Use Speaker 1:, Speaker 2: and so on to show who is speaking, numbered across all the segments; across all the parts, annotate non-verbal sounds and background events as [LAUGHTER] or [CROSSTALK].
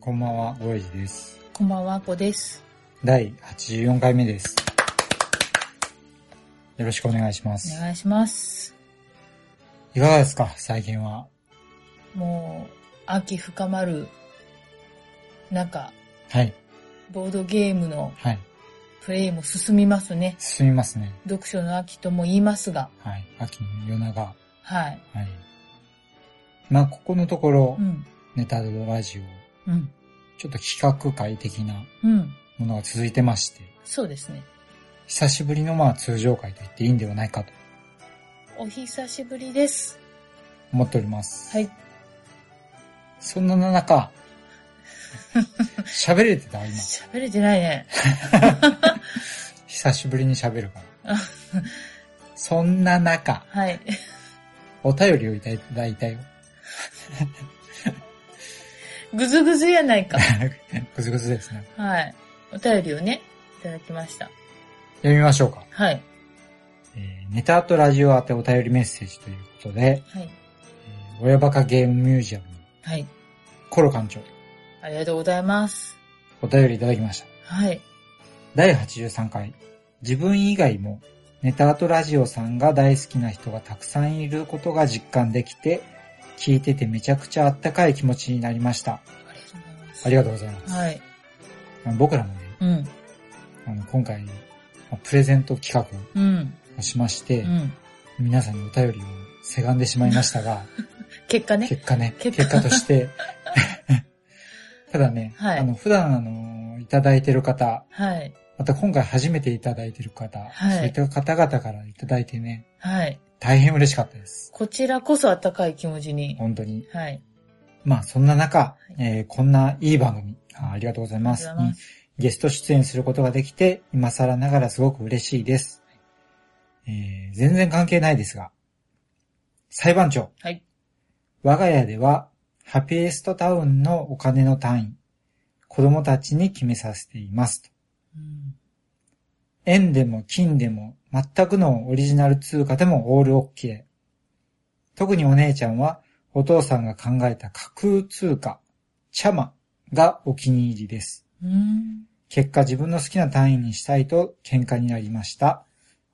Speaker 1: こんばんは、ごえじです。
Speaker 2: こんばんはこです
Speaker 1: 第84回目です。よろしくお願いしま
Speaker 2: お
Speaker 1: す。
Speaker 2: 願いします
Speaker 1: いかがですか、最近は。
Speaker 2: もう秋深まる中
Speaker 1: はい、
Speaker 2: ボードゲームの
Speaker 1: はい。
Speaker 2: プレイも進みますね
Speaker 1: 進みますね。
Speaker 2: 読書の秋とも言いますが
Speaker 1: はい。秋の夜長。は
Speaker 2: はい
Speaker 1: い。まあ、ここのところ、
Speaker 2: うん
Speaker 1: ネタドラジオ、
Speaker 2: うん
Speaker 1: ちょっと企画会的な
Speaker 2: うん
Speaker 1: ものが続いてまして、
Speaker 2: そうですね
Speaker 1: 久しぶりのまあ通常会と言っていいんではないかと
Speaker 2: お久しぶりです
Speaker 1: 思っております。
Speaker 2: はい
Speaker 1: そん
Speaker 2: [LAUGHS]
Speaker 1: な中、喋れてた今。
Speaker 2: 喋れてないね
Speaker 1: 久しぶりに喋るから
Speaker 2: あ。
Speaker 1: そんな中、
Speaker 2: はい [LAUGHS]
Speaker 1: お便りをいただいたよ。 [LAUGHS]
Speaker 2: ぐずぐずやないか
Speaker 1: ぐずぐずですね。
Speaker 2: はいお便りをねいただきました
Speaker 1: 読みましょうか。
Speaker 2: はい
Speaker 1: えーネタとラジオ宛てお便りメッセージということで、
Speaker 2: はい
Speaker 1: えー親バカゲームミュージアム、
Speaker 2: はい
Speaker 1: コロ館長、
Speaker 2: ありがとうございます
Speaker 1: お便りいただきました。
Speaker 2: はい
Speaker 1: 第83回、自分以外も、ネタとラジオさんが大好きな人がたくさんいることが実感できて、聞いててめちゃくちゃあったかい気持ちになりました。
Speaker 2: ありがとうございます
Speaker 1: ありがとうございます。
Speaker 2: はい
Speaker 1: あの僕らもね、
Speaker 2: うん
Speaker 1: あの、今回、まあプレゼント企
Speaker 2: うん
Speaker 1: 画をしまして、
Speaker 2: うん
Speaker 1: 皆さんにお便りをせがんでしまいましたが、
Speaker 2: 結果 [LAUGHS] ね
Speaker 1: 結果ね、
Speaker 2: 結
Speaker 1: 結
Speaker 2: 果
Speaker 1: 果として、ただね、
Speaker 2: はい
Speaker 1: あの、普段あの、いただいてる方、
Speaker 2: はい
Speaker 1: また今回初めていただいてる方、
Speaker 2: はい
Speaker 1: そういった方々からいただいてね、
Speaker 2: はい
Speaker 1: 大変嬉しかったです。
Speaker 2: こちらこそ温かい気持ちに
Speaker 1: 本当に。
Speaker 2: はい
Speaker 1: まあ、そんな中、
Speaker 2: い
Speaker 1: えーこんないい番組、あありがとうござい
Speaker 2: あり
Speaker 1: ま
Speaker 2: がと
Speaker 1: す
Speaker 2: うございます
Speaker 1: ゲスト出演することができて、今更ながらすごく嬉しいです。えー全然関係ないですが、裁判長、
Speaker 2: はい
Speaker 1: 我が家では、ハピエストタウンのお金の単位、子供たちに決めさせていますと。
Speaker 2: うん
Speaker 1: 円でも金でも、全くのオリジナル通貨でもオールオッケー。特にお姉ちゃんは、お父さんが考えた架空通貨、チャマがお気に入りです。
Speaker 2: うん
Speaker 1: 結果自分の好きな単位にしたいと喧嘩になりました。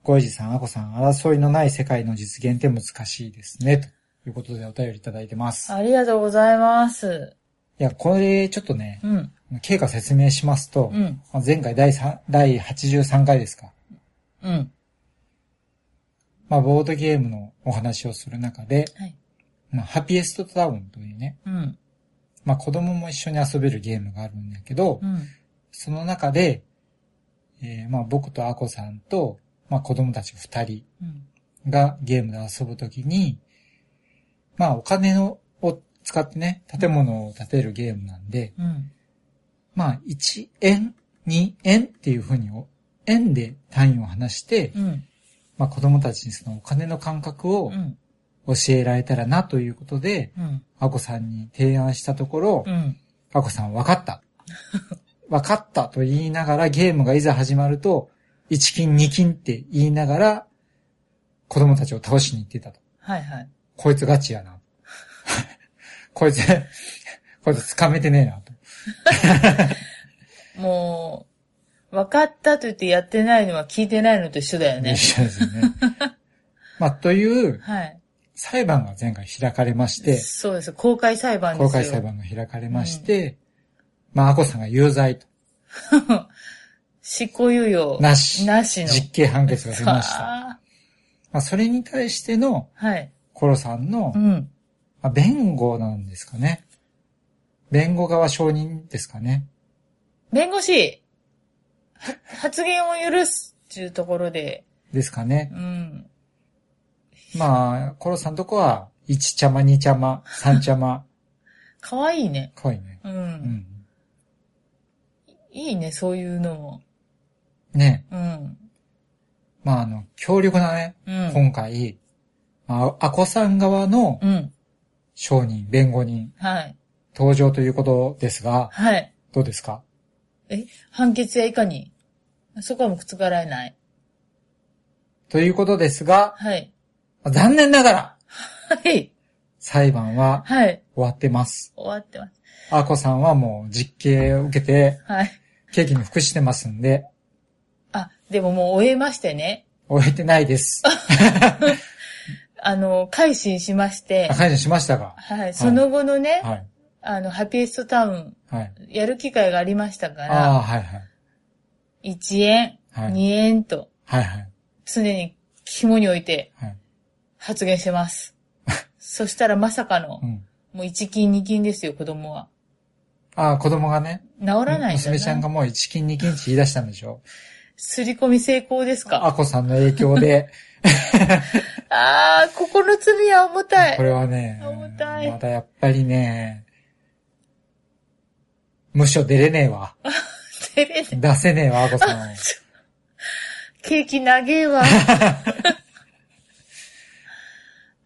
Speaker 1: ゴイジさん、アコさん、争いのない世界の実現って難しいですね。ということでお便りいただいてます。
Speaker 2: ありがとうございます
Speaker 1: いや、これちょっとね
Speaker 2: う、ん
Speaker 1: 経過説明しますと、
Speaker 2: うん
Speaker 1: まあ前回第3第83回ですか。
Speaker 2: うん
Speaker 1: まあ、ボードゲームのお話をする中で、
Speaker 2: はい
Speaker 1: まあ、ハピエストタウンというね、
Speaker 2: うん
Speaker 1: まあ、子供も一緒に遊べるゲームがあるんだけど、
Speaker 2: うん
Speaker 1: その中で、えーまあ、僕とアコさんと、まあ、子供たち2人、
Speaker 2: うん
Speaker 1: がゲームで遊ぶときに、まあお金のを使ってね、建物を建てるゲームなんで、
Speaker 2: うん
Speaker 1: まあ1円、2円っていうふうにお、円で単位を話して、
Speaker 2: うん
Speaker 1: まあ子供たちにそのお金の感覚を
Speaker 2: うん
Speaker 1: 教えられたらなということで、
Speaker 2: うん
Speaker 1: アコさんに提案したところ
Speaker 2: う、ん
Speaker 1: アコさん分かった。 [LAUGHS] 分かったと言いながらゲームがいざ始まると、1金2金って言いながら、子供たちを倒しに行ってたと。
Speaker 2: はいはい
Speaker 1: こいつガチやな。 [LAUGHS] こいつ、こいつ掴めてねえなと。
Speaker 2: もう、分かったと言ってやってないのは聞いてないのと一緒だよね。
Speaker 1: 一緒ですよ
Speaker 2: [LAUGHS]
Speaker 1: ね。まあ、という
Speaker 2: はい。
Speaker 1: 裁判が前回開かれまして、
Speaker 2: そうです。公開裁判ですよ。
Speaker 1: 公開裁。判が開かれまして、まあ、アコさんが有罪と、
Speaker 2: 執行猶予。
Speaker 1: なし、
Speaker 2: なしの。
Speaker 1: 実刑判決が出ました。
Speaker 2: た。
Speaker 1: まあ、それに対しての
Speaker 2: はい。
Speaker 1: コロさんの
Speaker 2: う、ん。
Speaker 1: まあ、弁護なんですかね。弁護側承認ですかね。
Speaker 2: 弁護士、は発言を許すっていうところで、
Speaker 1: ですかね。
Speaker 2: うん。
Speaker 1: まあ、コロさんとこは、1ちゃま、2ちゃま、3ちゃま、
Speaker 2: かわいいね。
Speaker 1: かわいいね。
Speaker 2: うん。
Speaker 1: うん。
Speaker 2: いいね、そういうのも。
Speaker 1: ね
Speaker 2: うん。
Speaker 1: まあ、あの、強力なね、
Speaker 2: うん。
Speaker 1: 今回、まあ、アコさん側の
Speaker 2: うん。
Speaker 1: 証人、弁護人、
Speaker 2: はい。
Speaker 1: 登場ということですが、
Speaker 2: はい。
Speaker 1: どうですか
Speaker 2: え、判決やいかにそこはもう覆らない。
Speaker 1: ということですが、
Speaker 2: はい。
Speaker 1: 残念ながら、
Speaker 2: はい。
Speaker 1: 裁判は
Speaker 2: はい。
Speaker 1: 終わってます。
Speaker 2: 終わってます。
Speaker 1: アコさんはもう実刑を受けて、
Speaker 2: はい。
Speaker 1: 刑期に服してますんで、
Speaker 2: あ、でももう終えましてね。
Speaker 1: 終えてないです。
Speaker 2: あの、改心しまして
Speaker 1: あ、解除しましたが。
Speaker 2: はい。その後のね、
Speaker 1: はい。
Speaker 2: あの、ハピエストタウン、
Speaker 1: はい。
Speaker 2: やる機会がありましたか
Speaker 1: あ
Speaker 2: ら、
Speaker 1: あ、はいはい。
Speaker 2: 1円、
Speaker 1: はい
Speaker 2: 2円と、
Speaker 1: はいはい。
Speaker 2: 常に肝に置いて
Speaker 1: はい。
Speaker 2: 発言して
Speaker 1: [LAUGHS]
Speaker 2: ます。そしたらまさかの
Speaker 1: う、ん。
Speaker 2: もう1金2金ですよ、子供は。
Speaker 1: ああ、子供がね、
Speaker 2: 治らないんだ
Speaker 1: 娘ちゃん
Speaker 2: な。
Speaker 1: がもう一金二金値言い出したんでしょ。
Speaker 2: すり込み成功ですか
Speaker 1: アコさんの影響で、
Speaker 2: ああ、ここの罪は重た
Speaker 1: こ
Speaker 2: い。
Speaker 1: れはね、
Speaker 2: 重たい
Speaker 1: まだやっぱりね、無所出れね
Speaker 2: [LAUGHS]
Speaker 1: えわ。
Speaker 2: 照れて
Speaker 1: 出せねえわ、アコさ
Speaker 2: [LAUGHS]
Speaker 1: んを。
Speaker 2: ケーキ長えわ。 [LAUGHS]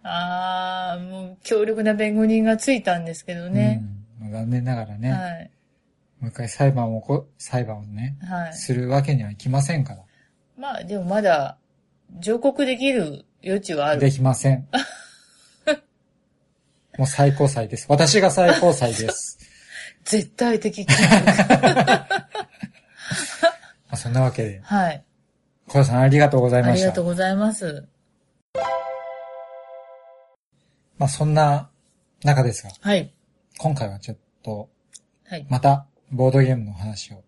Speaker 2: ああ、もう強力な弁護人がついたんですけどね。
Speaker 1: うん。残念ながらね、
Speaker 2: はい。
Speaker 1: もう一回裁判を起こ、裁判をね、
Speaker 2: はい。
Speaker 1: するわけにはいきませんから。
Speaker 2: まあ、でもまだ、上告できる余地はある
Speaker 1: で。きま
Speaker 2: [LAUGHS]
Speaker 1: せん。もう最高裁です。私が最高裁です。
Speaker 2: [LAUGHS] 絶対的権力。
Speaker 1: [LAUGHS] まあそんなわけで、
Speaker 2: はい。
Speaker 1: コロさんありがとうござい
Speaker 2: あ
Speaker 1: ま
Speaker 2: り
Speaker 1: し
Speaker 2: が
Speaker 1: た
Speaker 2: とう。ございます。
Speaker 1: まあそんな中ですが、
Speaker 2: はい。
Speaker 1: 今回はちょっと、
Speaker 2: はい。
Speaker 1: またボードゲームの話を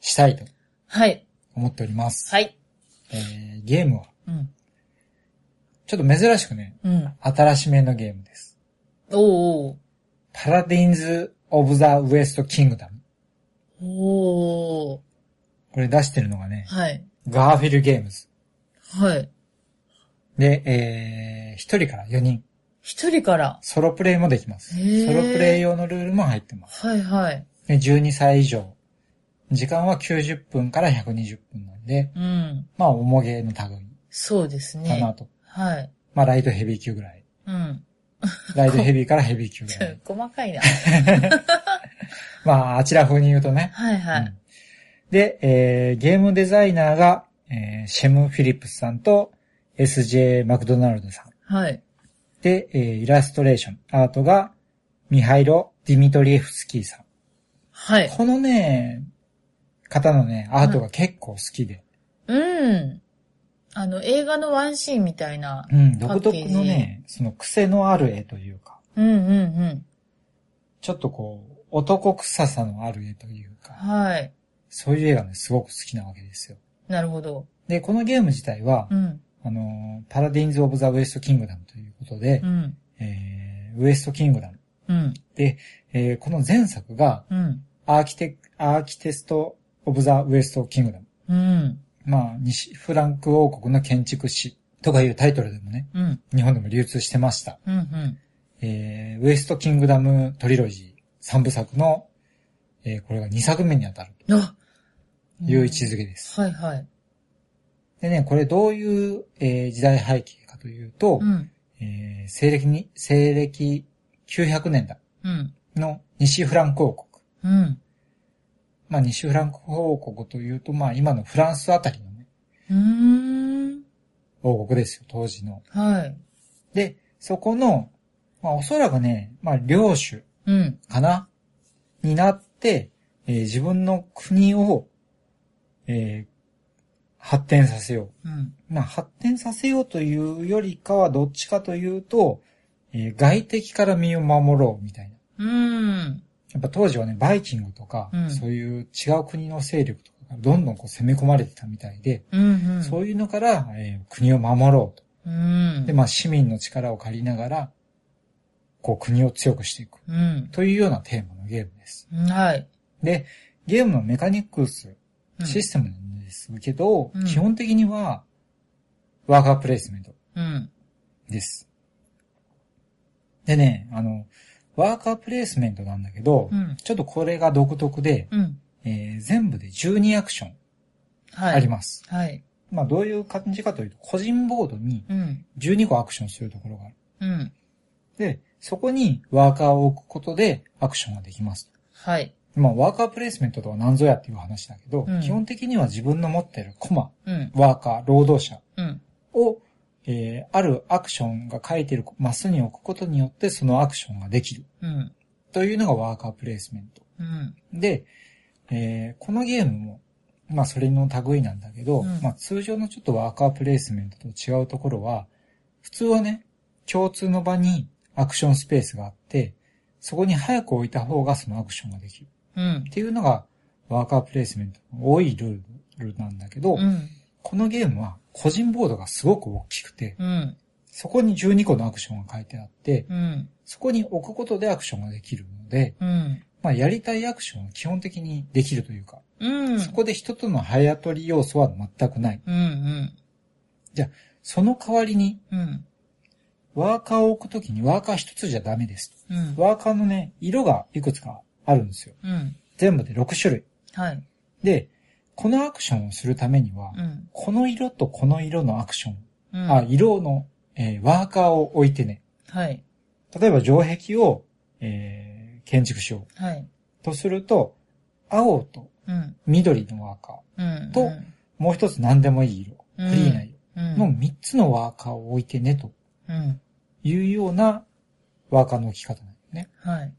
Speaker 1: したいと
Speaker 2: はい。
Speaker 1: 思っております。
Speaker 2: はい。
Speaker 1: えーゲームは、
Speaker 2: うん。
Speaker 1: ちょっと珍しくね、
Speaker 2: うん。
Speaker 1: 新しめのゲームです。
Speaker 2: おー
Speaker 1: パラディンズ・オブ・ザ・ウエスト・キングダム。
Speaker 2: おー。お
Speaker 1: これ出してるのがね
Speaker 2: ー。、はい。
Speaker 1: ガーフィル・ゲームズ。
Speaker 2: はい。
Speaker 1: で、えー、1人から4人。
Speaker 2: 一人から。
Speaker 1: ソロプレイもできます。
Speaker 2: へー
Speaker 1: ソロプレイ用のルールも入ってます。
Speaker 2: はいはい。
Speaker 1: で12歳以上。時間は90分から120分なんで、
Speaker 2: うん。
Speaker 1: まあ、重げの類
Speaker 2: そうです
Speaker 1: かな
Speaker 2: ね。
Speaker 1: と。
Speaker 2: はい。
Speaker 1: まあ、ライトヘビー級ぐらい。
Speaker 2: うん。
Speaker 1: ライトヘビーからヘビー級
Speaker 2: [LAUGHS]
Speaker 1: ぐ
Speaker 2: ち
Speaker 1: ら
Speaker 2: ょ
Speaker 1: い。
Speaker 2: 細かいな。
Speaker 1: まあ、あちら風に言うとね。
Speaker 2: はいは
Speaker 1: う
Speaker 2: い。
Speaker 1: んで、えーゲームデザイナーが、えーシェム・フィリップスさんと SJ ・マクドナルドさん。
Speaker 2: はい。
Speaker 1: で、えーイラストレーション、アートがミハイロ・ディミトリエフスキーさん。
Speaker 2: はい。
Speaker 1: このね、方のね、アートが結構好きで、
Speaker 2: うん。あの、映画のワンシーンみたいな。
Speaker 1: うん、独特
Speaker 2: パッケ
Speaker 1: の
Speaker 2: ー
Speaker 1: ね、その癖のある絵というか、
Speaker 2: うんうん
Speaker 1: ちょっとこう、男臭さのある絵という
Speaker 2: うん。
Speaker 1: か、
Speaker 2: はい。
Speaker 1: そういう絵がね、すごく好きなわけですよ。
Speaker 2: なるほど。
Speaker 1: で、このゲーム自体は
Speaker 2: う、ん。
Speaker 1: あのー、パラディンズ・オブ・ザ・ウエスト・キングダムということで
Speaker 2: う、ん。
Speaker 1: えーウエスト・キングダム。
Speaker 2: うん。
Speaker 1: で、えーこの前作が、
Speaker 2: うん。
Speaker 1: アーキテ、アーキテスト・オブ・ザ・ウエスト・キングダム。
Speaker 2: うん。
Speaker 1: まあ、西フランク王国の建築士とかいうタイトルでもね、
Speaker 2: うん。
Speaker 1: 日本でも流通してました。
Speaker 2: うん。うん。
Speaker 1: えーウエストキングダムトリロジー3部作の、えーこれが2作目にあたる
Speaker 2: あ
Speaker 1: という位置づけです。
Speaker 2: はいはい。
Speaker 1: でね、これどういう、えー時代背景かというと、
Speaker 2: うん。
Speaker 1: えー西暦に、西暦900年代
Speaker 2: うん。
Speaker 1: の西フランク王国。
Speaker 2: うん。
Speaker 1: まあ西フランク王国というと、まあ今のフランスあたりのね、
Speaker 2: うーん。
Speaker 1: 王国ですよ、当時の。
Speaker 2: はい。
Speaker 1: で、そこの、まあおそらくね、まあ領主
Speaker 2: うん。
Speaker 1: かなになって、えー自分の国を、えー発展させよ
Speaker 2: うん。
Speaker 1: う。まあ、発展させようというよりかはどっちかというと、えー外敵から身を守ろうみたいな。
Speaker 2: うん。
Speaker 1: やっぱ当時はね、バイキングとか、
Speaker 2: うん
Speaker 1: そういう違う国の勢力とかがどんどんこう攻め込まれてたみたいで、
Speaker 2: うん。
Speaker 1: そうういうのから、えー国を守ろう
Speaker 2: うん。
Speaker 1: と。で、まあ市民の力を借りながら、こう国を強くしていく。
Speaker 2: うん。
Speaker 1: というようなテーマのゲームです。
Speaker 2: はい。
Speaker 1: で、ゲームのメカニクス、
Speaker 2: うん
Speaker 1: システムなんですけど、
Speaker 2: うん
Speaker 1: 基本的には、ワーカープレイスメント
Speaker 2: うん。
Speaker 1: です。でね、あの、ワーカープレイスメントなんだけど、
Speaker 2: うん
Speaker 1: ちょっとこれが独特で、
Speaker 2: うん。
Speaker 1: えー全部で12アクション
Speaker 2: はい。
Speaker 1: あります。
Speaker 2: はい。
Speaker 1: まあどういう感じかというと、個人ボードに
Speaker 2: うん。
Speaker 1: 12個アクションするところがある。
Speaker 2: うん。
Speaker 1: で、そこにワーカーを置くことでアクションができます。
Speaker 2: はい。
Speaker 1: まあワーカープレイスメントとは何ぞやっていう話だけど、
Speaker 2: うん
Speaker 1: 基本的には自分の持ってるコマ、
Speaker 2: うん。
Speaker 1: ワーカー、労働者
Speaker 2: うん。
Speaker 1: を、えーあるアクションが書いてるマスに置くことによってそのアクションができる
Speaker 2: うん。
Speaker 1: というのがワーカープレイスメント。
Speaker 2: うん。
Speaker 1: で、えーこのゲームも、まあそれの類なんだけど、
Speaker 2: うん
Speaker 1: まあ通常のちょっとワーカープレイスメントと違うところは、普通はね、共通の場にアクションスペースがあって、そこに早く置いた方がそのアクションができる
Speaker 2: うん
Speaker 1: っ。ていうのがワーカープレイスメントの多いルールなんだけど、
Speaker 2: うん。
Speaker 1: このゲームは個人ボードがすごく大きくて、
Speaker 2: うん。
Speaker 1: そこに12個のアクションが書いてあって、
Speaker 2: うん。
Speaker 1: そこに置くことでアクションができるので、
Speaker 2: うん。
Speaker 1: まあやりたいアクションは基本的にできるというか、
Speaker 2: うん。
Speaker 1: そこで人との早取り要素は全くない。
Speaker 2: うん。うん。
Speaker 1: その代わりに、
Speaker 2: うん。
Speaker 1: ワーカーを置くときにワーカー一つじゃダメです。
Speaker 2: うん。
Speaker 1: ワーカーのね、色がいくつかあるんですよ。
Speaker 2: うん。
Speaker 1: 全部で6種類。
Speaker 2: はい。
Speaker 1: で、このアクションをするためには、
Speaker 2: うん。
Speaker 1: この色とこの色のアクション、
Speaker 2: うん。
Speaker 1: あ、色の、えーワーカーを置いてね。
Speaker 2: はい。
Speaker 1: 例えば城壁を、えー建築しよ
Speaker 2: はい。
Speaker 1: うとすると、青と
Speaker 2: うん。
Speaker 1: 緑のワーカー、
Speaker 2: うん。
Speaker 1: ともう一つ何でもいい色、
Speaker 2: うん
Speaker 1: フリーな色
Speaker 2: うん。
Speaker 1: の3つのワーカーを置いてねと
Speaker 2: うん。
Speaker 1: いうようなワーカーの置き方なんだよね。
Speaker 2: はい。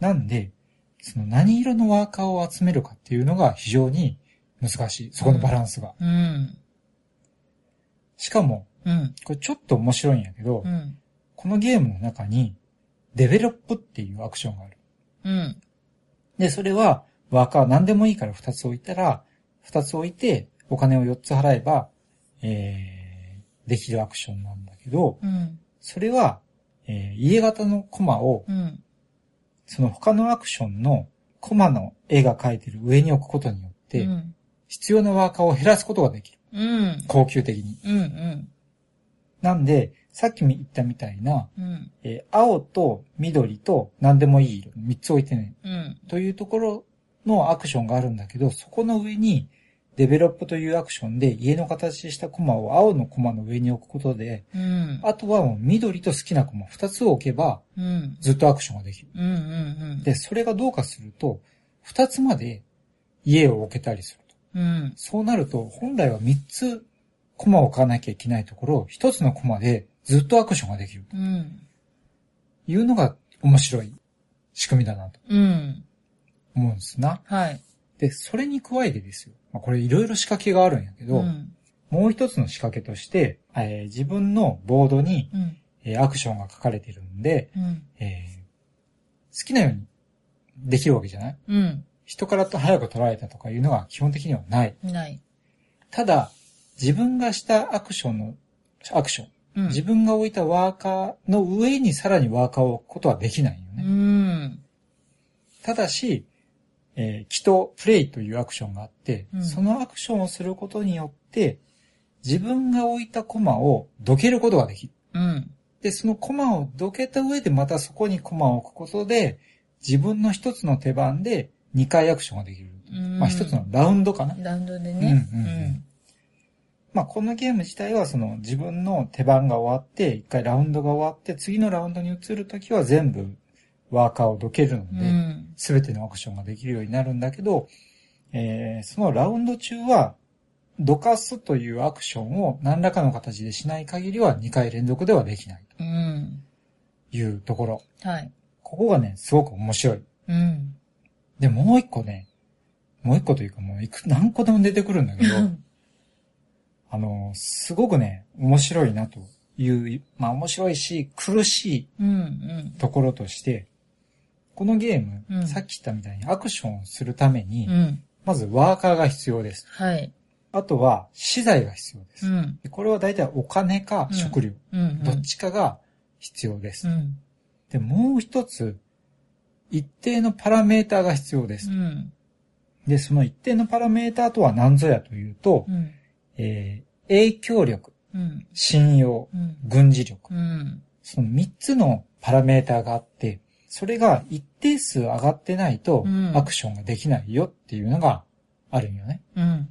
Speaker 1: なんで、その何色のワーカーを集めるかっていうのが非常に難しい。そこのバランスが。
Speaker 2: うん。
Speaker 1: しかも、
Speaker 2: うん。
Speaker 1: これちょっと面白いんやけど
Speaker 2: う、ん。
Speaker 1: このゲームの中に、デベロップっていうアクションがある。
Speaker 2: うん。
Speaker 1: で、それは、ワーカー何でもいいから2つ置いたら、2つ置いてお金を4つ払えば、えー、できるアクションなんだけど、
Speaker 2: うん。
Speaker 1: それは、えー家型のコマを、
Speaker 2: うん。
Speaker 1: その他のアクションのコマの絵が描いてる上に置くことによって、
Speaker 2: うん。
Speaker 1: 必要なワーカーを減らすことができる。
Speaker 2: うん。
Speaker 1: 恒久的に。
Speaker 2: うん。うん。
Speaker 1: なんで、さっきも言ったみたいな、
Speaker 2: うん。
Speaker 1: えー青と緑と何でもいい色、3つ置いてね、
Speaker 2: うん。
Speaker 1: というところのアクションがあるんだけど、そこの上に、デベロップというアクションで家の形したコマを青のコマの上に置くことで、
Speaker 2: うん。
Speaker 1: あとはもう緑と好きなコマ2つ置けば、
Speaker 2: うん。
Speaker 1: ずっとアクションができる。
Speaker 2: うん。うん。
Speaker 1: で、それがどうかすると、2つまで家を置けたりすると。
Speaker 2: うん。
Speaker 1: そうなると、本来は3つコマを置かなきゃいけないところを、1つのコマでずっとアクションができる。
Speaker 2: うん。
Speaker 1: いうのが面白い仕組みだなと
Speaker 2: うん。
Speaker 1: 思うんですな。
Speaker 2: はい。
Speaker 1: で、それに加えてですよ。まあ、これいろいろ仕掛けがあるんやけ
Speaker 2: う
Speaker 1: ど、
Speaker 2: ん。
Speaker 1: もう一つの仕掛けとして、えー自分のボードに、
Speaker 2: うん。
Speaker 1: えーアクションが書かれてるんで、
Speaker 2: うん。
Speaker 1: えー好きなようにできるわけじゃない
Speaker 2: うん。
Speaker 1: 人からと早く取られたとかいうのが基本的にはない。
Speaker 2: ない。
Speaker 1: ただ、自分がしたアクションの、アクション、
Speaker 2: うん。
Speaker 1: 自分が置いたワーカーの上にさらにワーカーを置くことはできないよね。
Speaker 2: うん。
Speaker 1: ただし、えー、起動、プレイというアクションがあって、
Speaker 2: うん
Speaker 1: そのアクションをすることによって、自分が置いたコマをどけることができる。
Speaker 2: うん。
Speaker 1: で、そのコマをどけた上でまたそこにコマを置くことで、自分の一つの手番で2回アクションができる。
Speaker 2: うん
Speaker 1: まあ一つのラウンドかな。
Speaker 2: ラウンドでね。
Speaker 1: まあこのゲーム自体はその自分の手番が終わって、一回ラウンドが終わって、次のラウンドに移るときは全部ワーカーをどけるの
Speaker 2: う
Speaker 1: で、
Speaker 2: ん。うん。
Speaker 1: すべてのアクションができるようになるんだけど、えーそのラウンド中は、どかすというアクションを何らかの形でしない限りは2回連続ではできない
Speaker 2: うん。
Speaker 1: というところ。
Speaker 2: はい。
Speaker 1: ここがね、すごく面白い。
Speaker 2: うん。
Speaker 1: で、もう一個ね、もう一個というかもういく何個でも出てくるんだ
Speaker 2: [LAUGHS]
Speaker 1: けど、あの、すごくね、面白いなという、まあ面白いし、苦しい
Speaker 2: うん。うん。
Speaker 1: ところとして、このゲーム、
Speaker 2: うん
Speaker 1: さっき言ったみたいにアクションをするために、
Speaker 2: うん。
Speaker 1: まずワーカーが必要です。
Speaker 2: はい。
Speaker 1: あとは、資材が必要で
Speaker 2: う
Speaker 1: す。
Speaker 2: ん。
Speaker 1: でこれは大体お金か
Speaker 2: うん
Speaker 1: 食料、
Speaker 2: うん。
Speaker 1: どっちかが必要です。
Speaker 2: うん。
Speaker 1: で、もう一つ、一定のパラメーターが必要です。
Speaker 2: うん。
Speaker 1: で、その一定のパラメーターとは何ぞやというと、
Speaker 2: うん。
Speaker 1: えー影響力、
Speaker 2: うん。
Speaker 1: 信用、
Speaker 2: うん。
Speaker 1: 軍事力、
Speaker 2: うん。
Speaker 1: その三つのパラメーターがあって、それが一定数上がってないと
Speaker 2: うん
Speaker 1: アクションができないよっていうのがあるんよね。
Speaker 2: うん。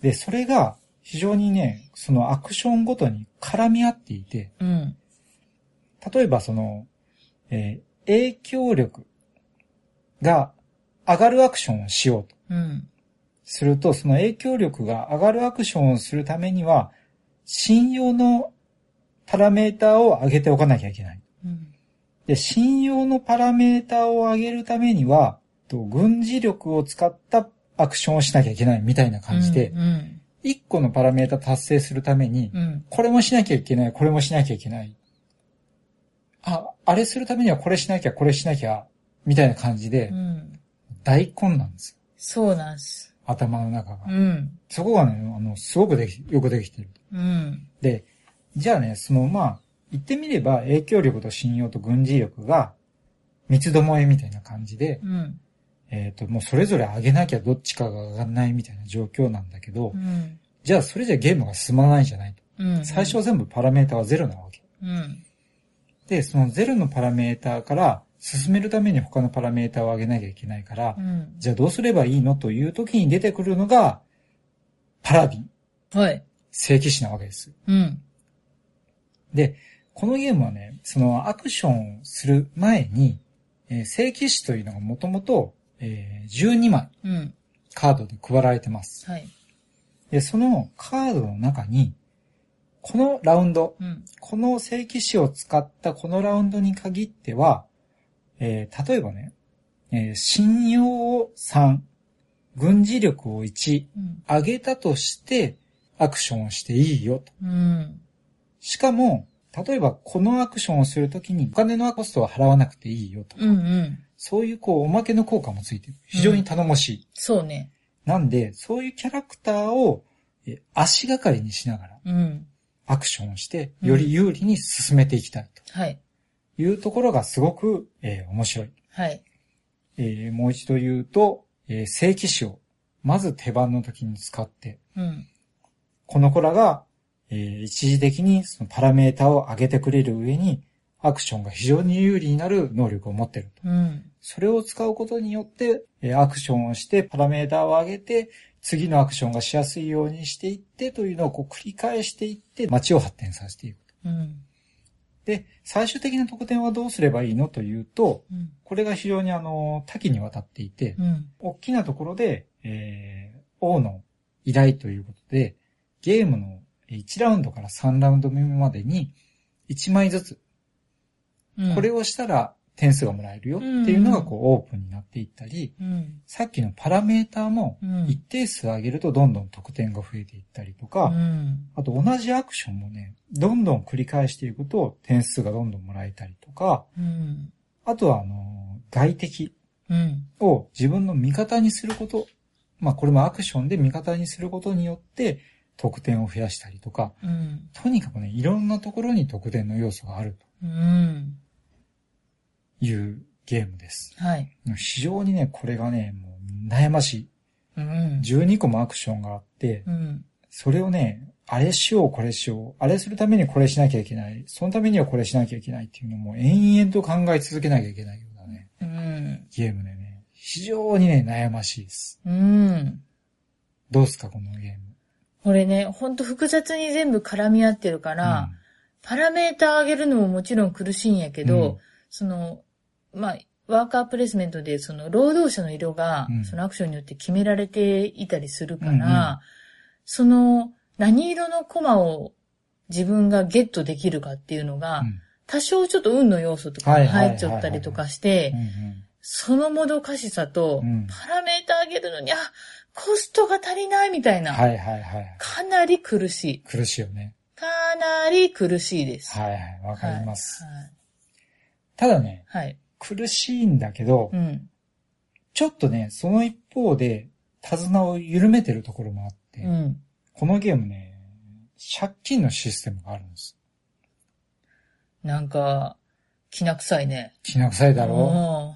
Speaker 1: で、それが非常にね、そのアクションごとに絡み合っていて、
Speaker 2: うん。
Speaker 1: 例えばその、えー影響力が上がるアクションをしようと
Speaker 2: うん。
Speaker 1: すると、その影響力が上がるアクションをするためには、信用のパラメーターを上げておかなきゃいけない。
Speaker 2: うん。
Speaker 1: で、信用のパラメーターを上げるためには、と軍事力を使ったアクションをしなきゃいけないみたいな感じで、
Speaker 2: うん。
Speaker 1: 一個のパラメータ達成するために、
Speaker 2: うん。
Speaker 1: これもしなきゃいけない、これもしなきゃいけない。あ、あれするためにはこれしなきゃ、これしなきゃ、みたいな感じで
Speaker 2: う、ん。
Speaker 1: 大混乱ですよ。
Speaker 2: そうなんす。
Speaker 1: 頭の中が。
Speaker 2: うん。
Speaker 1: そこがね、あの、すごくでき、よくできてる。
Speaker 2: うん。
Speaker 1: で、じゃあね、その、まあ、言ってみれば、影響力と信用と軍事力が、三つどもえみたいな感じで、
Speaker 2: うん。
Speaker 1: えっ、と、もうそれぞれ上げなきゃどっちかが上がんないみたいな状況なんだけど、
Speaker 2: うん。
Speaker 1: じゃあそれじゃゲームが進まないじゃないと。
Speaker 2: うん。
Speaker 1: 最初は全部パラメータはゼロなわけ。
Speaker 2: うん。
Speaker 1: で、そのゼロのパラメータから進めるために他のパラメータを上げなきゃいけないから
Speaker 2: う、ん。
Speaker 1: じゃあどうすればいいのという時に出てくるのが、パラビン、
Speaker 2: はい。
Speaker 1: 正規詞なわけですよ。
Speaker 2: うん。
Speaker 1: で、このゲームはね、そのアクションをする前に、えー正規詞というのがもともと、えー12枚
Speaker 2: うん。
Speaker 1: カードで配られてます。
Speaker 2: はい。
Speaker 1: で、そのカードの中に、このラウンド、
Speaker 2: うん。
Speaker 1: この正規詞を使ったこのラウンドに限っては、えー例えばね、えー信用を3、軍事力を1、
Speaker 2: うん。
Speaker 1: 上げたとして、アクションをしていいよと。
Speaker 2: うん。
Speaker 1: しかも、例えばこのアクションをするときにお金のコストは払わなくていいよと。
Speaker 2: うん。うん。
Speaker 1: そういうこう、おまけの効果もついてる。非常に頼もしい。
Speaker 2: そうね。
Speaker 1: なんで、そういうキャラクターをえー足がかりにしながら
Speaker 2: うん。
Speaker 1: アクションをして、
Speaker 2: うん
Speaker 1: より有利に進めていきたい
Speaker 2: はい。
Speaker 1: というところがすごく、えー面白い。
Speaker 2: はい。
Speaker 1: えーもう一度言うと、えー正規詞をまず手番の時に使って、
Speaker 2: うん。
Speaker 1: この子らが、えー一時的にそのパラメータを上げてくれる上に、アクションが非常に有利になる能力を持っていると。
Speaker 2: うん。
Speaker 1: それを使うことによって、えーアクションをして、パラメータを上げて、次のアクションがしやすいようにしていってというのをこう繰り返していって、街を発展させていく。
Speaker 2: うん。
Speaker 1: で、最終的な得点はどうすればいいのというと、
Speaker 2: うん。
Speaker 1: これが非常にあの、多岐にわたっていて、
Speaker 2: うん。
Speaker 1: 大きなところで、えー、王の依頼ということで、ゲームの1ラウンドから3ラウンド目までに1枚ずつ、
Speaker 2: うん。
Speaker 1: これをしたら点数がもらえるよっていうのがこうオープンになっていったり、
Speaker 2: うん。
Speaker 1: さっきのパラメーターも
Speaker 2: うん
Speaker 1: 一定数上げるとどんどん得点が増えていったりと
Speaker 2: う
Speaker 1: か、
Speaker 2: ん。
Speaker 1: あと同じアクションもね、どんどん繰り返していくと点数がどんどんもらえたりとか、
Speaker 2: うん。
Speaker 1: あとはあの、外敵
Speaker 2: うん。
Speaker 1: を自分の味方にすること、まあこれもアクションで味方にすることによって得点を増やしたりとか、
Speaker 2: うん。
Speaker 1: とにかくね、いろんなところに得点の要素がある
Speaker 2: うん。
Speaker 1: というゲームです。
Speaker 2: はい。
Speaker 1: 非常にね、これがね、もう悩まし
Speaker 2: うん
Speaker 1: い。。12個もアクションがあって、
Speaker 2: うん。
Speaker 1: それをね、あれしよう、これしよう。あれするためにこれしなきゃいけない。そのためにはこれしなきゃいけないっていうのも延々と考え続けなきゃいけないようなね、
Speaker 2: うん。
Speaker 1: ゲームでね、非常にね、悩ましいです。
Speaker 2: うん。
Speaker 1: どうすか、このゲーム。
Speaker 2: これね、ほんと複雑に全部絡み合ってるから、パラメーター上げるのももちろん苦しいんやけど、
Speaker 1: うん
Speaker 2: その、まあ、ワーカープレイスメントで、その、労働者の色が
Speaker 1: う、ん
Speaker 2: そのアクションによって決められていたりするから、
Speaker 1: うんうん
Speaker 2: その、何色のコマを自分がゲットできるかっていうのが、
Speaker 1: うん
Speaker 2: 多少ちょっと運の要素とか
Speaker 1: はいはいはい
Speaker 2: 入
Speaker 1: はい
Speaker 2: っちゃったりとかして
Speaker 1: うん、うん
Speaker 2: そのもどかしさと、
Speaker 1: うん
Speaker 2: パラメーター上げるのに、あ、コストが足りないみたいな、
Speaker 1: はいはいはい。
Speaker 2: かなり苦しい。
Speaker 1: 苦しいよね。
Speaker 2: かなり苦しいです。
Speaker 1: はいはい、わかります。
Speaker 2: はい
Speaker 1: ただね、
Speaker 2: はい。
Speaker 1: 苦しいんだけど
Speaker 2: う、ん。
Speaker 1: ちょっとね、その一方で、手綱を緩めてるところもあって、
Speaker 2: うん。
Speaker 1: このゲームね、借金のシステムがあるんです。
Speaker 2: なんか、きな臭いね。
Speaker 1: きな臭いだろ
Speaker 2: ろ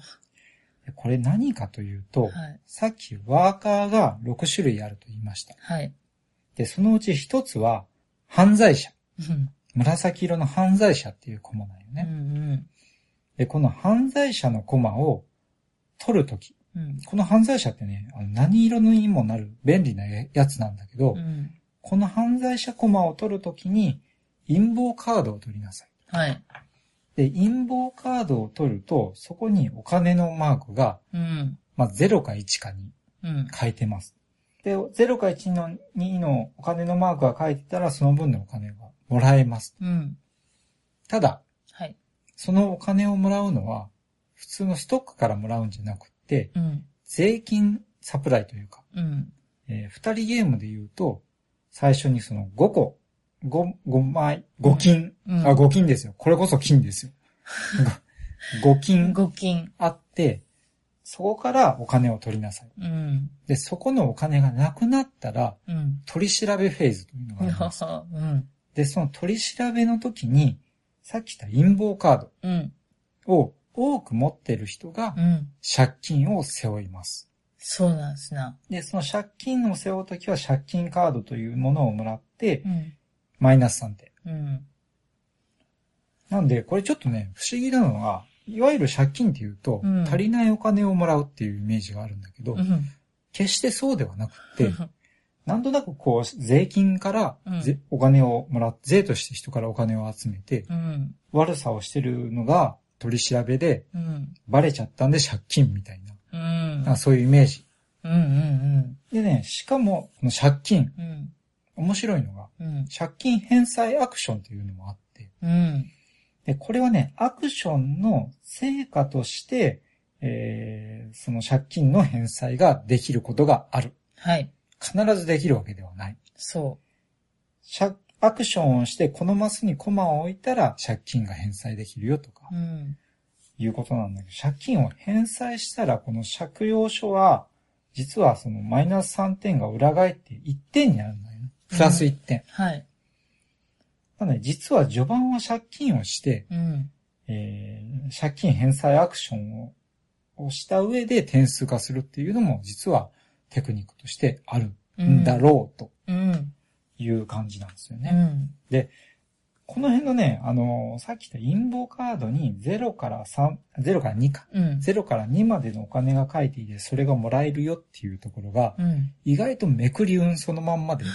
Speaker 1: でこれ何かというと、
Speaker 2: はい。
Speaker 1: さっきワーカーが6種類あると言いました。
Speaker 2: はい。
Speaker 1: で、そのうち1つは犯罪者。
Speaker 2: うん。
Speaker 1: 紫色の犯罪者っていう子もなんよ
Speaker 2: う
Speaker 1: ね。
Speaker 2: ん
Speaker 1: で、この犯罪者のコマを取るとき、
Speaker 2: うん。
Speaker 1: この犯罪者ってね、あの何色にもなる便利なやつなんだけど、
Speaker 2: うん。
Speaker 1: この犯罪者コマを取るときに陰謀カードを取りなさい。
Speaker 2: はい。
Speaker 1: で、陰謀カードを取ると、そこにお金のマークが、
Speaker 2: うん。
Speaker 1: まあ、0か1かに
Speaker 2: うん。
Speaker 1: 変えてます。で、0か1の2のお金のマークが書いてたら、その分のお金がもらえます。
Speaker 2: うん。
Speaker 1: ただ、
Speaker 2: はい。
Speaker 1: そのお金をもらうのは、普通のストックからもらうんじゃなくって、
Speaker 2: うん。
Speaker 1: 税金サプライというか、
Speaker 2: うん。
Speaker 1: えー二人ゲームで言うと、最初にその5個、5、5枚、5金、
Speaker 2: うん。
Speaker 1: あ、5金ですよ。これこそ金です
Speaker 2: [LAUGHS]
Speaker 1: よ。5金
Speaker 2: 五金。
Speaker 1: あって、そこからお金を取りなさい。
Speaker 2: うん。
Speaker 1: で、そこのお金がなくなったら、
Speaker 2: うん。
Speaker 1: 取り調べフェーズというのがあります。
Speaker 2: うん。
Speaker 1: で、その取り調べの時に、さっき言った陰謀カー
Speaker 2: うん。
Speaker 1: ドを多く持ってる人が
Speaker 2: うん。
Speaker 1: 借金を背負います。
Speaker 2: そうなんすな。
Speaker 1: で、その借金を背負う時は借金カードというものをもらって
Speaker 2: う、ん。
Speaker 1: マイナス3点。
Speaker 2: うん。
Speaker 1: なんで、これちょっとね、不思議なのが、いわゆる借金っていうと、
Speaker 2: うん
Speaker 1: 足りないお金をもらうっていうイメージがあるんだけど、
Speaker 2: うん。
Speaker 1: 決してそうではなくって、なんとなくこう、税金からぜ、お金をもらっ税として人からお金を集めて、
Speaker 2: うん。
Speaker 1: 悪さをしてるのが取り調べで、
Speaker 2: うん。
Speaker 1: バレちゃったんで借金みたい
Speaker 2: うん。
Speaker 1: な、なんかそういうイメージ。
Speaker 2: うん。うん。
Speaker 1: でね、しかも、この借金、
Speaker 2: うん。
Speaker 1: 面白いのが、
Speaker 2: うん。
Speaker 1: 借金返済アクションというのもあって、
Speaker 2: うん。
Speaker 1: で、これはね、アクションの成果として、えー、その借金の返済ができることがある。
Speaker 2: はい。
Speaker 1: 必ずできるわけではない。
Speaker 2: そ
Speaker 1: 借アクションをして、このマスにコマを置いたら借金が返済できるよとか
Speaker 2: う。、うん。
Speaker 1: いうことなんだけど、借金を返済したら、この借用書は、実はそのマイナス3点が裏返って1点になるんだよね。プラス1点。
Speaker 2: はい。
Speaker 1: なので、実は序盤は借金をして、
Speaker 2: うん。
Speaker 1: えー借金返済アクションををした上で点数化するっていうのも、実はテクニックとしてあるんだろうと
Speaker 2: うん。
Speaker 1: いう感じなんですよね。
Speaker 2: うん。
Speaker 1: この辺のね、あのーさっき言った陰謀カードに0から3、0から2か。
Speaker 2: うん。
Speaker 1: 0から2までのお金が書いていて、それがもらえるよっていうところが、
Speaker 2: うん。
Speaker 1: 意外とめくり運そのまんま
Speaker 2: [LAUGHS]
Speaker 1: で、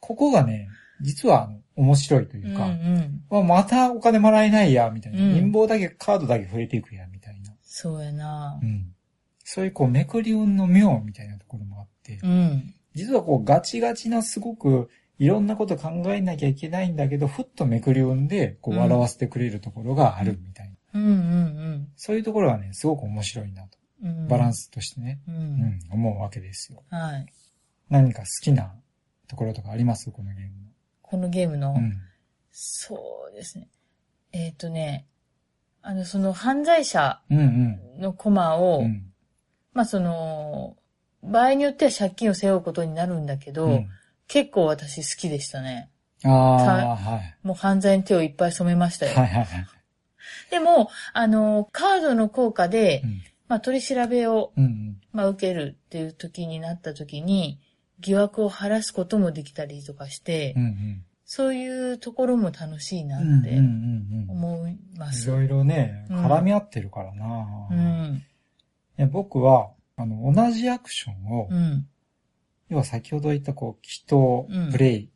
Speaker 1: ここがね、実はあの面白いというか、
Speaker 2: うん。
Speaker 1: まあまたお金もらえないや、みたいな、
Speaker 2: うん
Speaker 1: 陰謀だけ、カードだけ増えていくや、みたいな。
Speaker 2: そうやな
Speaker 1: う。ん。そういうこうめくり運の妙みたいなところもあって、
Speaker 2: うん。
Speaker 1: 実はこうガチガチなすごくいろんなこと考えなきゃいけないんだけど、ふっとめくり運でこう
Speaker 2: うん
Speaker 1: 笑わせてくれるところがあるみたいな。
Speaker 2: うんうん
Speaker 1: そういうところはね、すごく面白いなと。
Speaker 2: うん。
Speaker 1: バラン
Speaker 2: ス。
Speaker 1: スとしてね、
Speaker 2: う。
Speaker 1: うんん、思うわけですよ。
Speaker 2: はい。
Speaker 1: 何か好きなところとかありますこのゲーム
Speaker 2: このゲームの、
Speaker 1: の。うん。
Speaker 2: そうですね。えっ、とね、あの、その犯罪者
Speaker 1: うんうん。
Speaker 2: のコマを、
Speaker 1: うん
Speaker 2: まあその、場合によっては借金を背負うことになるんだけど、
Speaker 1: うん
Speaker 2: 結構私好きでしたね。
Speaker 1: ああ、はい。
Speaker 2: もう犯罪に手をいっぱい染めましたよ。
Speaker 1: はいはいはい。
Speaker 2: でも、あの、カードの効果で、
Speaker 1: うん
Speaker 2: まあ取り調べを、
Speaker 1: うんうん。
Speaker 2: まあ受けるっていう時になった時に、疑惑を晴らすこともできたりとかして、
Speaker 1: うんうん。
Speaker 2: そういうところも楽しいな
Speaker 1: うん
Speaker 2: っ
Speaker 1: うんう
Speaker 2: て
Speaker 1: んうん。
Speaker 2: 思います。
Speaker 1: いろいろね、
Speaker 2: うん
Speaker 1: 絡み合ってるからな、
Speaker 2: うん。
Speaker 1: いや僕は、あの、同じアクションを、
Speaker 2: うん。
Speaker 1: 要は先ほど言った、こう、祈祷
Speaker 2: うん、
Speaker 1: プレイ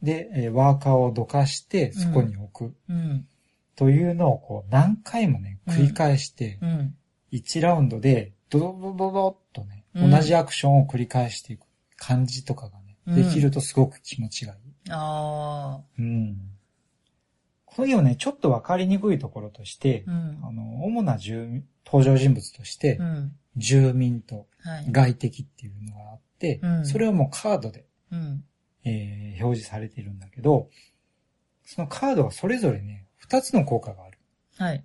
Speaker 1: で、えーワーカーをどかして、そこに置く
Speaker 2: うん。
Speaker 1: というのを、こう、何回もね、繰り返して、
Speaker 2: うん。
Speaker 1: 1ラウンドで、ドドドドドっとね、
Speaker 2: うん
Speaker 1: 同じアクションを繰り返していく感じとかがね、
Speaker 2: うん
Speaker 1: できるとすごく気持ちがいい。
Speaker 2: あ
Speaker 1: うん。このゲームね、ちょっとわかりにくいところとして
Speaker 2: あ。う、ん。
Speaker 1: あの、主な住民、登場人物として
Speaker 2: う、ん。
Speaker 1: 住民と
Speaker 2: はい。
Speaker 1: 外敵っていうのがあって、
Speaker 2: うん
Speaker 1: それはもうカードで、
Speaker 2: うん。
Speaker 1: えー表示されてるんだけど、そのカードはそれぞれね、二つの効果がある。
Speaker 2: はい。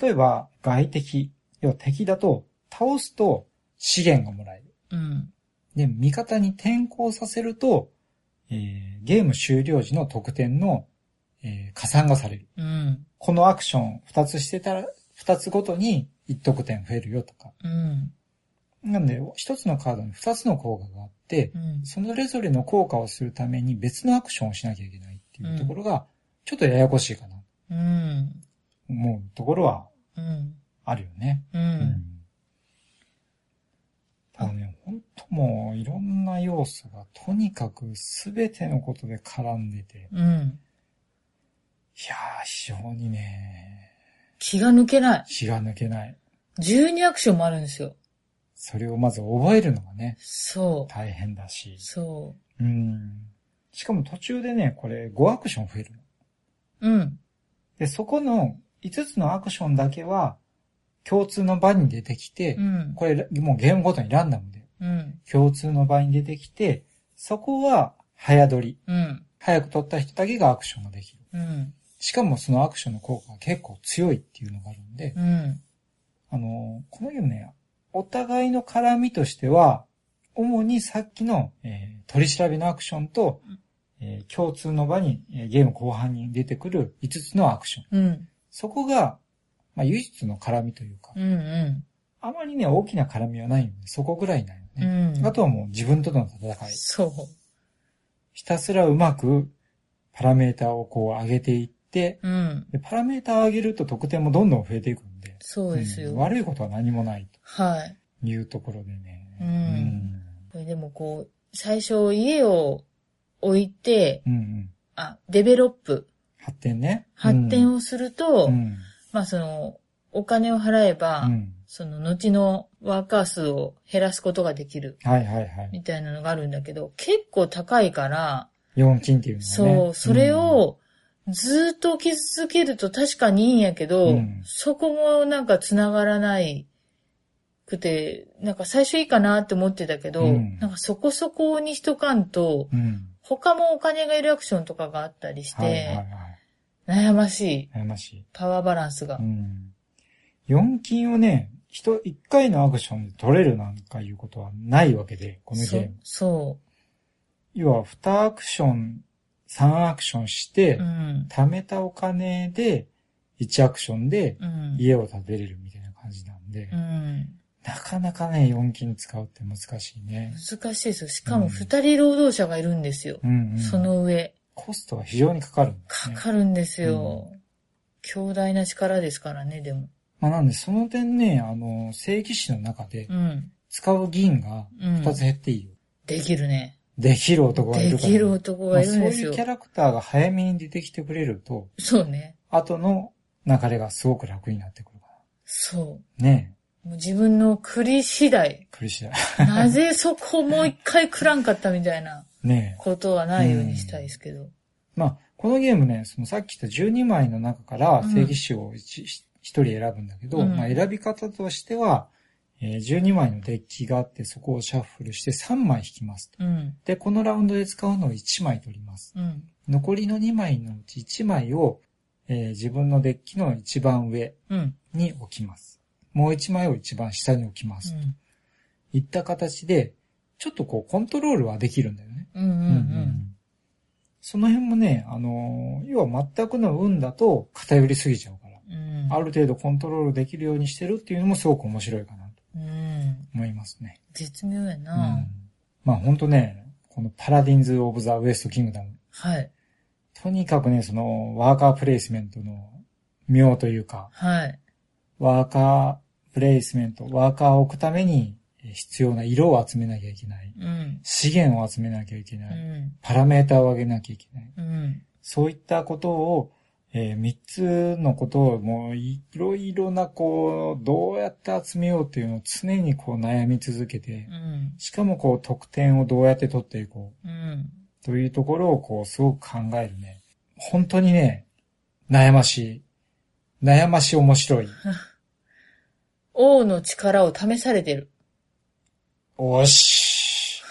Speaker 1: 例えば、外敵、要は敵だと、倒すと資源がもらえ
Speaker 2: う
Speaker 1: る。
Speaker 2: ん。
Speaker 1: で、味方に転向させると、えーゲーム終了時の得点の、えー加算がされる。
Speaker 2: うん。
Speaker 1: このアクション2つしてたら、2つごとに1得点増えるよとか。
Speaker 2: うん。
Speaker 1: なんで、1つのカードに2つの効果があって、
Speaker 2: うん。
Speaker 1: それぞれの効果をするために別のアクションをしなきゃいけないっていうところが、ちょっとややこしいかな。
Speaker 2: うん。
Speaker 1: 思うところは
Speaker 2: うん。
Speaker 1: あるよね。
Speaker 2: う。
Speaker 1: うんただね、ほんともういろんな要素がとにかく全てのことで絡んでて、い
Speaker 2: うん。
Speaker 1: やー、非常にね、
Speaker 2: 気が抜けない。
Speaker 1: 気が抜けない。
Speaker 2: 12アクションもあるんですよ。
Speaker 1: それをまず覚えるのがね、
Speaker 2: そ
Speaker 1: 大変だし
Speaker 2: う。。そ
Speaker 1: うん。しかも途中でね、これ5アクション増えるの。
Speaker 2: う。うん。
Speaker 1: で、そこの5つのアクションだけは共通の場に出てきて、
Speaker 2: うん。
Speaker 1: これもうゲームごとにランダムで
Speaker 2: うん。
Speaker 1: 共通の場に出てきて、そこは早取り。
Speaker 2: うん。
Speaker 1: 早く取った人だけがアクションができる。
Speaker 2: うん。
Speaker 1: しかもそのアクションの効果が結構強いっていうのがあるんで、
Speaker 2: うん。
Speaker 1: あのー、このゲームね、お互いの絡みとしては、主にさっきの、えー取り調べのアクションと、えー共通の場に、えーゲーム後半に出てくる5つのアクション。
Speaker 2: うん。
Speaker 1: そこが、まあ、唯一の絡みというか、
Speaker 2: うん。
Speaker 1: あまりね、大きな絡みはないので、そこぐらいなの
Speaker 2: う
Speaker 1: ね。
Speaker 2: ん。
Speaker 1: あとはもう自分との戦い。
Speaker 2: そ
Speaker 1: ひたすらうまくパラメーターをこう上げていって、
Speaker 2: う。うん。
Speaker 1: でパラメーターを上げると得点もどんどん増えていくんで、
Speaker 2: そうです
Speaker 1: うん
Speaker 2: よ。
Speaker 1: 悪いことは何もない
Speaker 2: はい。
Speaker 1: というところでね。
Speaker 2: うんこれでもこう、最初家を置いて、
Speaker 1: うん。うんうん。
Speaker 2: あ、デベロップ、
Speaker 1: 発展ね。
Speaker 2: 発展
Speaker 1: を。
Speaker 2: をすると、
Speaker 1: うん。
Speaker 2: まあその、お金を払えば、
Speaker 1: うん。
Speaker 2: その後のワーカー数を減らすことができる
Speaker 1: はいはいはい。
Speaker 2: みたいなのがあるんだけど、結構高いから、
Speaker 1: 4金っていうのはね。
Speaker 2: そう、それ
Speaker 1: うん、
Speaker 2: をずーっと置き続けると確かにいいんやけど、
Speaker 1: うん
Speaker 2: そこもなんか繋がらないくて、なんか最初いいかなって思ってたけど、
Speaker 1: うん
Speaker 2: なんかそこそこにしとかんと、
Speaker 1: うん。
Speaker 2: 他もお金がいるアクションとかがあったりして、
Speaker 1: はいはいはい。
Speaker 2: 悩ましい。
Speaker 1: 悩ましい。
Speaker 2: パワーバランスが
Speaker 1: う。ん。4金をね、人、1回のアクションで取れるなんかいうことはないわけで、このゲ
Speaker 2: そ
Speaker 1: ー
Speaker 2: う
Speaker 1: ム。
Speaker 2: そ
Speaker 1: 要は2アクション、3アクションして、
Speaker 2: う。うん。
Speaker 1: 貯めたお金で、1アクションで
Speaker 2: うん。
Speaker 1: 家を建てれるみたいな感じなんで、
Speaker 2: うん。
Speaker 1: なかなかね、4金使うって難しいね。
Speaker 2: 難しいですよ。しかも
Speaker 1: うん
Speaker 2: 二人労働者がいるんですよ。
Speaker 1: うん、うん。
Speaker 2: そ、の上。
Speaker 1: コストが非常にかかるんです
Speaker 2: か
Speaker 1: ね。
Speaker 2: かるんですよ。強大な力ですからね、でも。
Speaker 1: まあなんで、その点ね、あの、正規士の中で
Speaker 2: うん。
Speaker 1: 使う銀が
Speaker 2: うん。
Speaker 1: 2つ減っていいよ。
Speaker 2: できるね。
Speaker 1: できる男がい
Speaker 2: で
Speaker 1: るから、
Speaker 2: きる男がいるん
Speaker 1: まあ
Speaker 2: で
Speaker 1: そう
Speaker 2: す
Speaker 1: いう
Speaker 2: よ
Speaker 1: キャ。ラクターが早めに出てきてくれると、
Speaker 2: そうね。
Speaker 1: 後の流れがすごく楽になってくるか
Speaker 2: そ
Speaker 1: ら。ね
Speaker 2: う。もう自分の栗次第
Speaker 1: [LAUGHS] え、。苦しい。
Speaker 2: なぜそこもう一回食らんかったみたいな
Speaker 1: ねえ。
Speaker 2: ことはないようにしたいですけど。
Speaker 1: まあ、このゲームね、そのさっき言った12枚の中から
Speaker 2: うん
Speaker 1: 正義士を 1, 人選ぶんだけど、
Speaker 2: うん
Speaker 1: まあ選び方としては、えー12枚のデッキがあって、そこをシャッフルして3枚引きますと。
Speaker 2: うん。
Speaker 1: で、このラウンドで使うのを1枚取ります。
Speaker 2: うん。
Speaker 1: 残りの2枚のうち1枚を、えー自分のデッキの一番上
Speaker 2: うん。
Speaker 1: に置きます。もう1枚を一番下に置きます。
Speaker 2: うん。
Speaker 1: いった形で、ちょっとこうコントロールはできるんだよね。
Speaker 2: うん。うん。うん。
Speaker 1: その辺もね、あのー、要は全くの運だと偏りすぎちゃうから、
Speaker 2: うん。
Speaker 1: ある程度コントロールできるようにしてるっていうのもすごく面白いかなと
Speaker 2: うん。
Speaker 1: 思いますね。
Speaker 2: 絶妙や
Speaker 1: う
Speaker 2: な。
Speaker 1: まあほんとね、このパラディンズ・オブ・ザ・ウエスト・キングダム。
Speaker 2: はい。
Speaker 1: とにかくね、そのワーカープレイスメントの妙というか、
Speaker 2: はい。
Speaker 1: ワーカープレイスメント、ワーカーを置くために必要な色を集めなきゃいけない。
Speaker 2: うん。
Speaker 1: 資源を集めなきゃいけ
Speaker 2: う
Speaker 1: ない。
Speaker 2: ん。
Speaker 1: パラメーターを上げなきゃいけない。
Speaker 2: うん。
Speaker 1: そういったことを、えー三つのことをもういろいろなこう、どうやって集めようっていうのを常にこう悩み続けて
Speaker 2: う、ん。
Speaker 1: しかもこう得点をどうやって取っていこ
Speaker 2: うん。
Speaker 1: うというところをこうすごく考えるね。本当にね、悩ましい。悩ましい面白い。
Speaker 2: 王の力を試されてる。
Speaker 1: おっし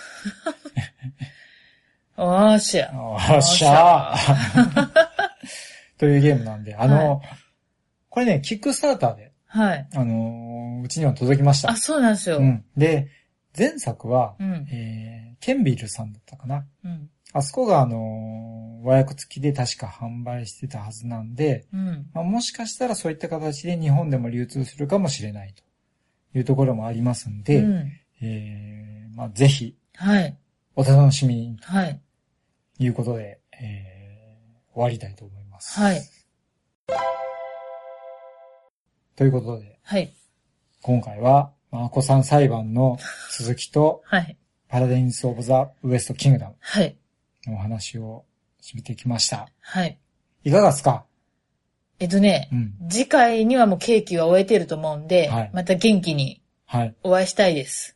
Speaker 2: あーし
Speaker 1: ゃ。
Speaker 2: ゃ。
Speaker 1: おっしゃ。 [LAUGHS] というゲームなんで、あの、これね、キックスターターで、
Speaker 2: はい。
Speaker 1: あのーうちには届きました
Speaker 2: あ、。そうなんですよ。
Speaker 1: う
Speaker 2: うん。
Speaker 1: ん。で、前作は、
Speaker 2: うん。
Speaker 1: えー、ケンビルさんだったかな。
Speaker 2: うん。
Speaker 1: あそこが、あのー和訳付きで確か販売してたはずなんで、
Speaker 2: うん。
Speaker 1: まあ、もしかしたらそういった形で日本でも流通するかもしれないというところもありますんで、えーまあ、ぜひ
Speaker 2: はい。
Speaker 1: お楽しみに
Speaker 2: はい。
Speaker 1: ということで、えー終わりたいと思います。
Speaker 2: はい。
Speaker 1: ということで、
Speaker 2: はい。
Speaker 1: 今回は、まあ、子さん裁判の続きと、
Speaker 2: はい。
Speaker 1: パラデンス・オブ・ザ・ウエスト・キングダム
Speaker 2: はい。
Speaker 1: のお話を締めてきました。
Speaker 2: はい。
Speaker 1: いかがですか
Speaker 2: えっとね
Speaker 1: う、ん。
Speaker 2: 次回にはもうケーキは終えてると思うんで、
Speaker 1: はい
Speaker 2: また元気に
Speaker 1: はい。
Speaker 2: お会いしたいです。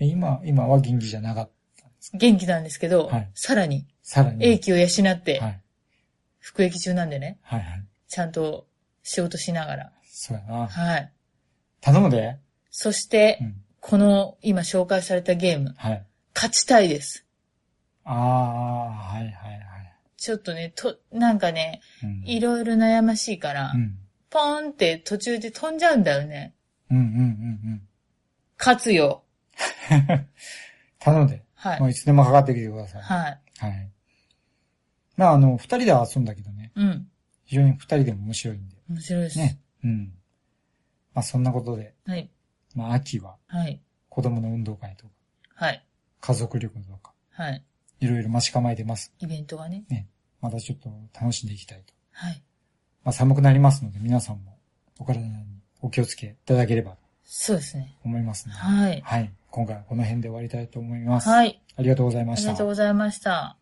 Speaker 1: え今、今は銀義じゃなかった。
Speaker 2: 元気なんですけど、
Speaker 1: はい
Speaker 2: さらに、
Speaker 1: さらに。
Speaker 2: 英気を養って
Speaker 1: は、い。
Speaker 2: 服役中なんでね、
Speaker 1: はいはい。
Speaker 2: ちゃんと仕事しながら。
Speaker 1: そうやな。
Speaker 2: はい。
Speaker 1: 頼むで。
Speaker 2: そして、
Speaker 1: うん。
Speaker 2: この今紹介されたゲーム、
Speaker 1: はい。
Speaker 2: 勝ちたいです。
Speaker 1: ああ、はいはいはい。
Speaker 2: ちょっとね、と、なんかね、
Speaker 1: うん。
Speaker 2: いろいろ悩ましいから、
Speaker 1: うん。
Speaker 2: ポーンって途中で飛んじゃうんだよね。
Speaker 1: うんうんうんうん。
Speaker 2: 勝つよ。
Speaker 1: 頼んで。
Speaker 2: はい
Speaker 1: も。ういつでもかかってきてください。
Speaker 2: はい。
Speaker 1: はい。まあ、あの、二人で遊んだけどね。
Speaker 2: うん。
Speaker 1: 非常に二人でも面白いんで。
Speaker 2: 面白いです。
Speaker 1: ね。うん。まあ、そんなことで、
Speaker 2: はい。
Speaker 1: まあ、秋は
Speaker 2: はい。
Speaker 1: 子供の運動会とか、
Speaker 2: はい。
Speaker 1: 家族旅行とか、
Speaker 2: はい。
Speaker 1: いろいろ待ち構えてます。
Speaker 2: イベントがね。
Speaker 1: またちょっと楽しんでいきたいと。
Speaker 2: はい。
Speaker 1: まあ、寒くなりますので、皆さんもお体にお気をつけいただければと
Speaker 2: そうですね。
Speaker 1: 思いますので。
Speaker 2: はい。
Speaker 1: はい。今回はこの辺で終わりたいと思います。
Speaker 2: はい。
Speaker 1: ありがとうございま
Speaker 2: あ
Speaker 1: し
Speaker 2: り
Speaker 1: た
Speaker 2: がとう。ございました。